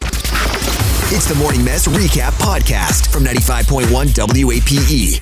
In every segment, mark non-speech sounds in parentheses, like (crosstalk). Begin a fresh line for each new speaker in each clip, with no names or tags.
It's the Morning Mess Recap Podcast from 95.1 WAPE.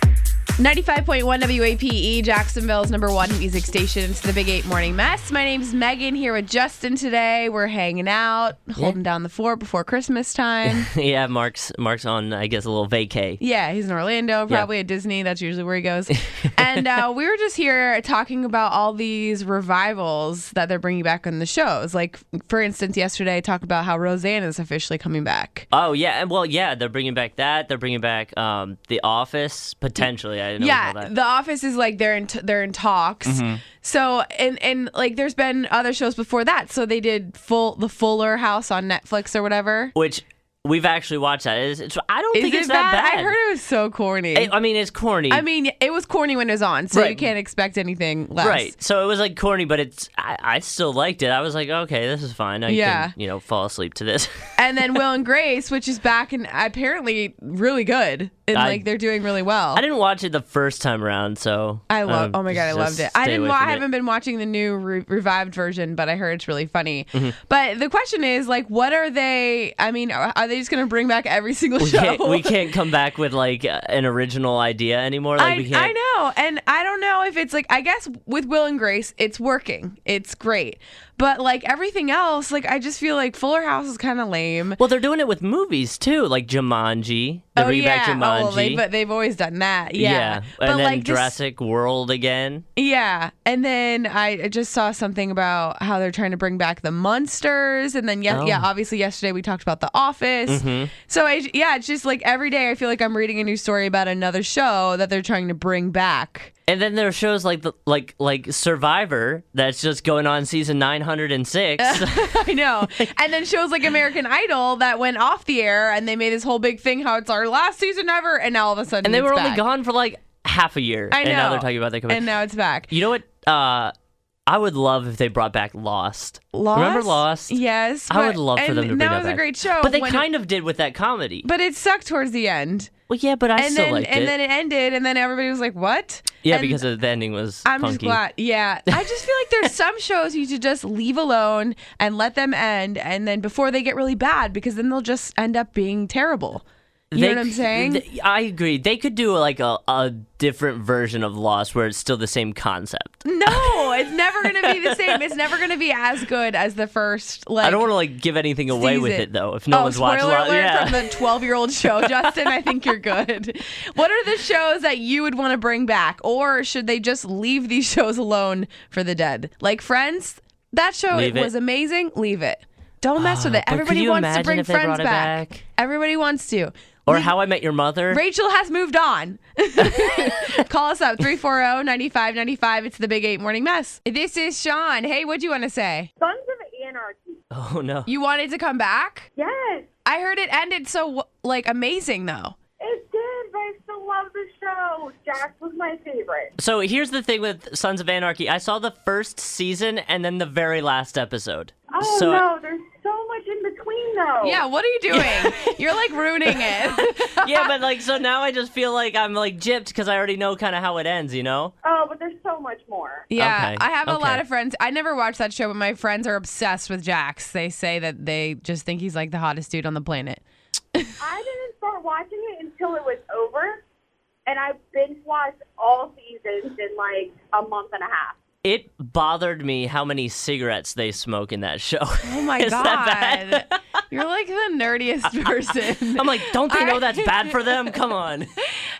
95.1 WAPE, E, Jacksonville's number one music station. It's the Big Eight Morning Mess. My name's Megan here with Justin today. We're hanging out, holding down the fort before Christmas time.
(laughs) yeah, Mark's Mark's on, I guess, a little vacay.
(laughs) yeah, he's in Orlando, probably at Disney. That's usually where he goes. and uh, we were just here talking about all these revivals that they're bringing back on the shows. Like, for instance, yesterday, I talked about how Roseanne is officially coming back.
Oh yeah, and well yeah, they're bringing back that. They're bringing back um, the Office potentially. I didn't know
yeah,
about that. Mm-hmm.
The Office is like they're in t- they're in talks. So and and like there's been other shows before that. So they did full the Fuller House on Netflix or whatever.
Which we've actually watched that. It's, it's, I don't
Is
think
it
it's that
bad?
bad.
I heard it was so corny.
It- I mean, it's corny.
I mean, it was corny when it was on, so you
Right.
can't expect anything less.
right. So it was like corny, but it's I, I still liked it. I was like, okay, this is fine. I
Yeah.
can you know fall asleep to this. (laughs)
And then Will and Grace, which is back and apparently really good, and
I-
like they're doing really well.
I didn't watch it the first time around, so
I love.
um,
oh my god, I
just
loved it. I
stay
didn't.
away
Wa-
from
I
it.
haven't been watching the new re- revived version, but I heard it's really funny.
Mm-hmm.
But the question is, like, what are they? I mean, are are they just going to bring back every single
(laughs) We
show? (laughs)
can't, we can't come back with like uh, an original idea anymore. Like
I,
we can't.
I know, and I don't know if it's like I guess with Will and Grace, it's working, it's great, but like everything else, like I just feel like Fuller House is kind of lame.
Well, they're doing it with movies too, like Jumanji. They're
oh
bringing
yeah,
back Jumanji.
oh, well, they, but they've always done that, yeah.
and
but
then
like this-
Jurassic World again.
Yeah. And then I I just saw something about how they're trying to bring back the monsters. And then, yeah, yeah
Oh.
obviously, yesterday we talked about The Office.
Mm-hmm.
So, I, yeah, it's just like every day I feel like I'm reading a new story about another show that they're trying to bring
(laughs)
back.
And then there are shows like the, like like Survivor that's just going on
(laughs)
season 906.
I know. and then shows like American Idol that went off the air and they made this whole big thing how it's our last season ever. And now all of a sudden,
and they
it's
were
back.
only gone for like half a year.
I know.
And now they're talking about that coming.
And now it's back.
you know what uh I would love if they brought back Lost.
Lost?
Remember Lost?
Yes.
I
but-
would love for
and
them to bring
that
that
was
back.
a great show.
But they
when it-
kind of did with that comedy.
But it sucked towards the end.
well, yeah, but I
and
still
then
liked
and
it.
then it ended, and then everybody was like, "What?"
yeah,
And
because the ending was
I'm
funky.
just glad. Yeah,
(laughs)
I just feel like there's some shows you should just leave alone and let them end, and then before they get really bad, because then they'll just end up being terrible. You know
They
what I'm
c-
saying?
th- I agree. They could do like a, a different version of Lost where it's still the same concept.
no, it's never gonna be the same. It's never gonna be as good as the first. Like
(laughs) I don't want to like give anything away with
season.
it though. If no
oh,
one's
spoiler
watched Lost,
alert
yeah.
from the 12 year old
(laughs)
show, Justin. I think you're good. What are the shows that you would want to bring back, or should they just leave these (laughs) shows alone for the dead? Like Friends, that show
Leave
was
it.
amazing. Leave it. Don't mess with
Ah,
it.
but could
Everybody
you
wants to
imagine
bring
if they
Friends
brought it
back.
back?
Everybody wants to.
or How I Met Your Mother.
Rachel has moved on. (laughs) Call us up oh, 340 9595. It's the Big Eight Morning Mess. This is Sean. Hey, what do you want to say?
Sons of Anarchy.
(laughs) oh no.
You wanted to come back?
Yes,
I heard it ended so like amazing though.
it did, but I still love the show. Jack was my favorite.
So here's the thing with Sons of Anarchy. I saw the first season and then the very last episode.
Oh
so
no, there's so much in between
Oh.
though.
Yeah, what are you doing? (laughs) You're like ruining it.
(laughs) (laughs) yeah, but like so now I just feel like I'm like gypped because I already know kind of how it ends. You know.
Oh, but there's so much more.
yeah,
Okay,
I have a lot
okay.
of friends. I never watched that show, but my friends are obsessed with Jax. They say that they just think he's like the hottest dude on the planet.
I didn't start watching it until it was over, and I binge watched all seasons in like a month and a half.
It bothered me how many cigarettes they smoke in that show.
Oh my
(laughs) Is
god.
that bad?
(laughs) You're like the
(laughs)
nerdiest person.
I'm like, don't they
I-
know that's bad for them? Come on.
(laughs)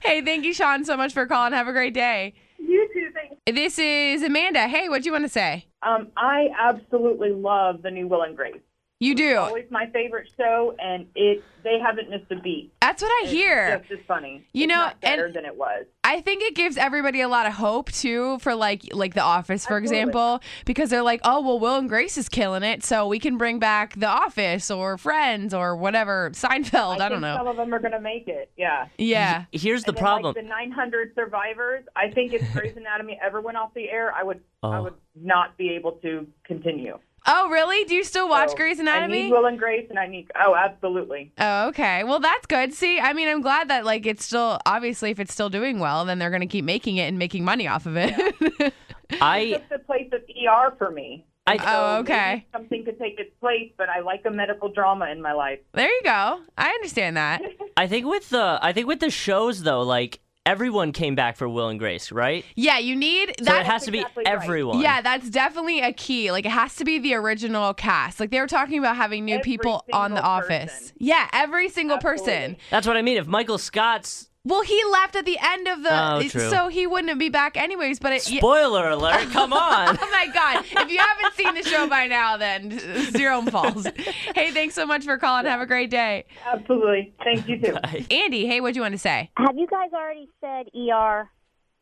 hey, thank you Sean so much for calling. Have a great day.
You two think?
This is Amanda. Hey, what do you want to say?
Um, I absolutely love the new Will and Grace.
You do.
Always my favorite show, and it they haven't missed a beat.
That's what I hear.
It's just as funny.
You
It's
know,
not better
and-
than it was.
I think it gives everybody a lot of hope too for like like The Office, for example, because they're like, oh well, Will and Grace is killing it, so we can bring back The Office or Friends or whatever Seinfeld. I, don't
think Some
know.
of them are going to make it. Yeah.
Yeah.
Here's the
And then,
problem.
Like the 900 survivors. I think if Grey's Anatomy ever went off the air, I would I
Oh.
would not be able to continue.
Oh really? Do you still watch
So,
Grey's
I
Anatomy?
need Will and Grace, and I need oh, absolutely.
Oh, okay. Well, that's good. See, I mean, I'm glad that like it's still obviously if it's still doing well, then they're gonna keep making it and making money off of it.
I
It's the place of ER for me.
I
(laughs) oh,
Maybe
okay.
Something could take its place, but I like a medical drama in my life.
There you go. I understand
(laughs)
that.
I think with the I think with the shows though, like everyone came back for Will and Grace, right?
Yeah, you need
So
that
it has to be
exactly right.
everyone.
Yeah, that's definitely a key. Like it has to be the original cast. Like they were talking about having new
Every
people on the
single
office.
person.
Yeah, every single person.
Absolutely.
That's what I mean. If Michael Scott's
Well, he left at the end of the
Oh, true.
so he wouldn't be back anyways, but it,
spoiler alert, come on. (laughs)
Oh my God. If you haven't seen the show by now, then (laughs) zero falls. hey, thanks so much for calling. Have a great day.
Absolutely. Thank
(laughs)
you too.
Andy, hey, what'd you want to say?
Have you guys already said ER?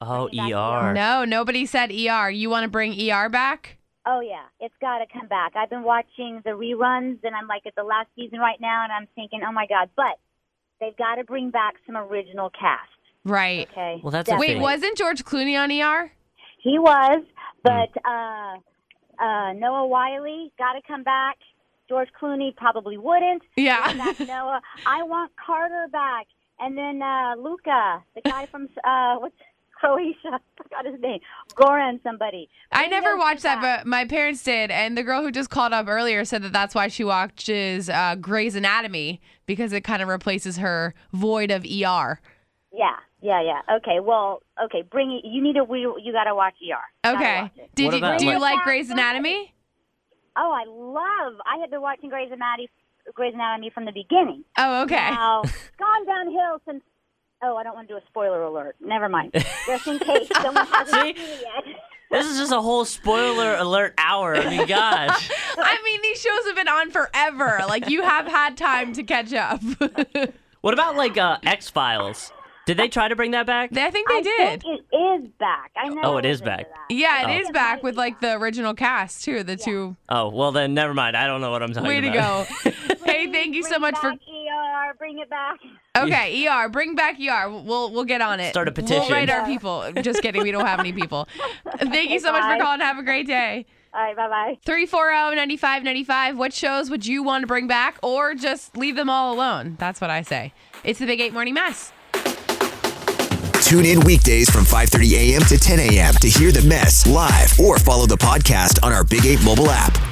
Oh,
Bring it
ER.
No, nobody said ER. You want to bring ER back?
Oh yeah, it's got to come back. I've been watching the reruns, and I'm like at the last season right now, and I'm thinking, oh my god! But they've got to bring back some original cast.
Right.
Okay.
Well, that's a
Definitely.
Wait,
thing. Hmm.
wasn't George Clooney on ER?
He was, but uh, uh, Noah Wiley got to come back. George Clooney probably wouldn't.
Yeah.
Bring back Noah. I want Carter back, and then uh, Luca, the guy from uh, what's Croatia? (laughs) I forgot his name. Goran, somebody.
I
Bring
never
those
watched
two
that,
back.
but my parents did. And the girl who just called up earlier said that that's why she watches uh, Grey's Anatomy because it kind of replaces her void of ER.
Yeah, yeah, yeah. Okay, well, okay. Bring it. You need to. We you got to watch ER. Gotta
Okay.
watch it.
Did
What
you
about,
do you
like-
like Grey's Anatomy?
Oh, I love. I have been watching Grey's Anatomy, Grey's Anatomy from
(laughs)
the beginning.
Oh, okay.
Now it's gone downhill since. Oh, I don't want to do a spoiler alert. Never mind. Just in case
(laughs)
someone
See?
hasn't seen it yet.
This is just a whole spoiler alert hour. I mean, gosh.
I mean, these shows have been on forever. Like you have had time to catch up. (laughs)
What about like uh, X Files? Did they try to bring that back?
I think they
I
did.
think it is back. I know.
Oh, it is back.
yeah, it
Oh.
is back with like the original cast too. The two.
Oh, well then, never mind. I don't know what I'm talking
Way to
about.
go.
(laughs)
hey, thank you so much for.
ER. Bring it back.
Okay, ER, bring back ER. We'll we'll get on it.
Start a
We'll
petition.
write our people. Just kidding. We don't have any people. Thank you so much
bye.
for calling. Have a great day.
All right. Bye bye.
340-9595. What shows would you want to bring back or just leave them all alone? That's what I say. It's the Big 8 Morning Mess.
Tune in weekdays from 5:30 a.m. to 10 a.m. to hear the mess live or follow the podcast on our Big 8 mobile app.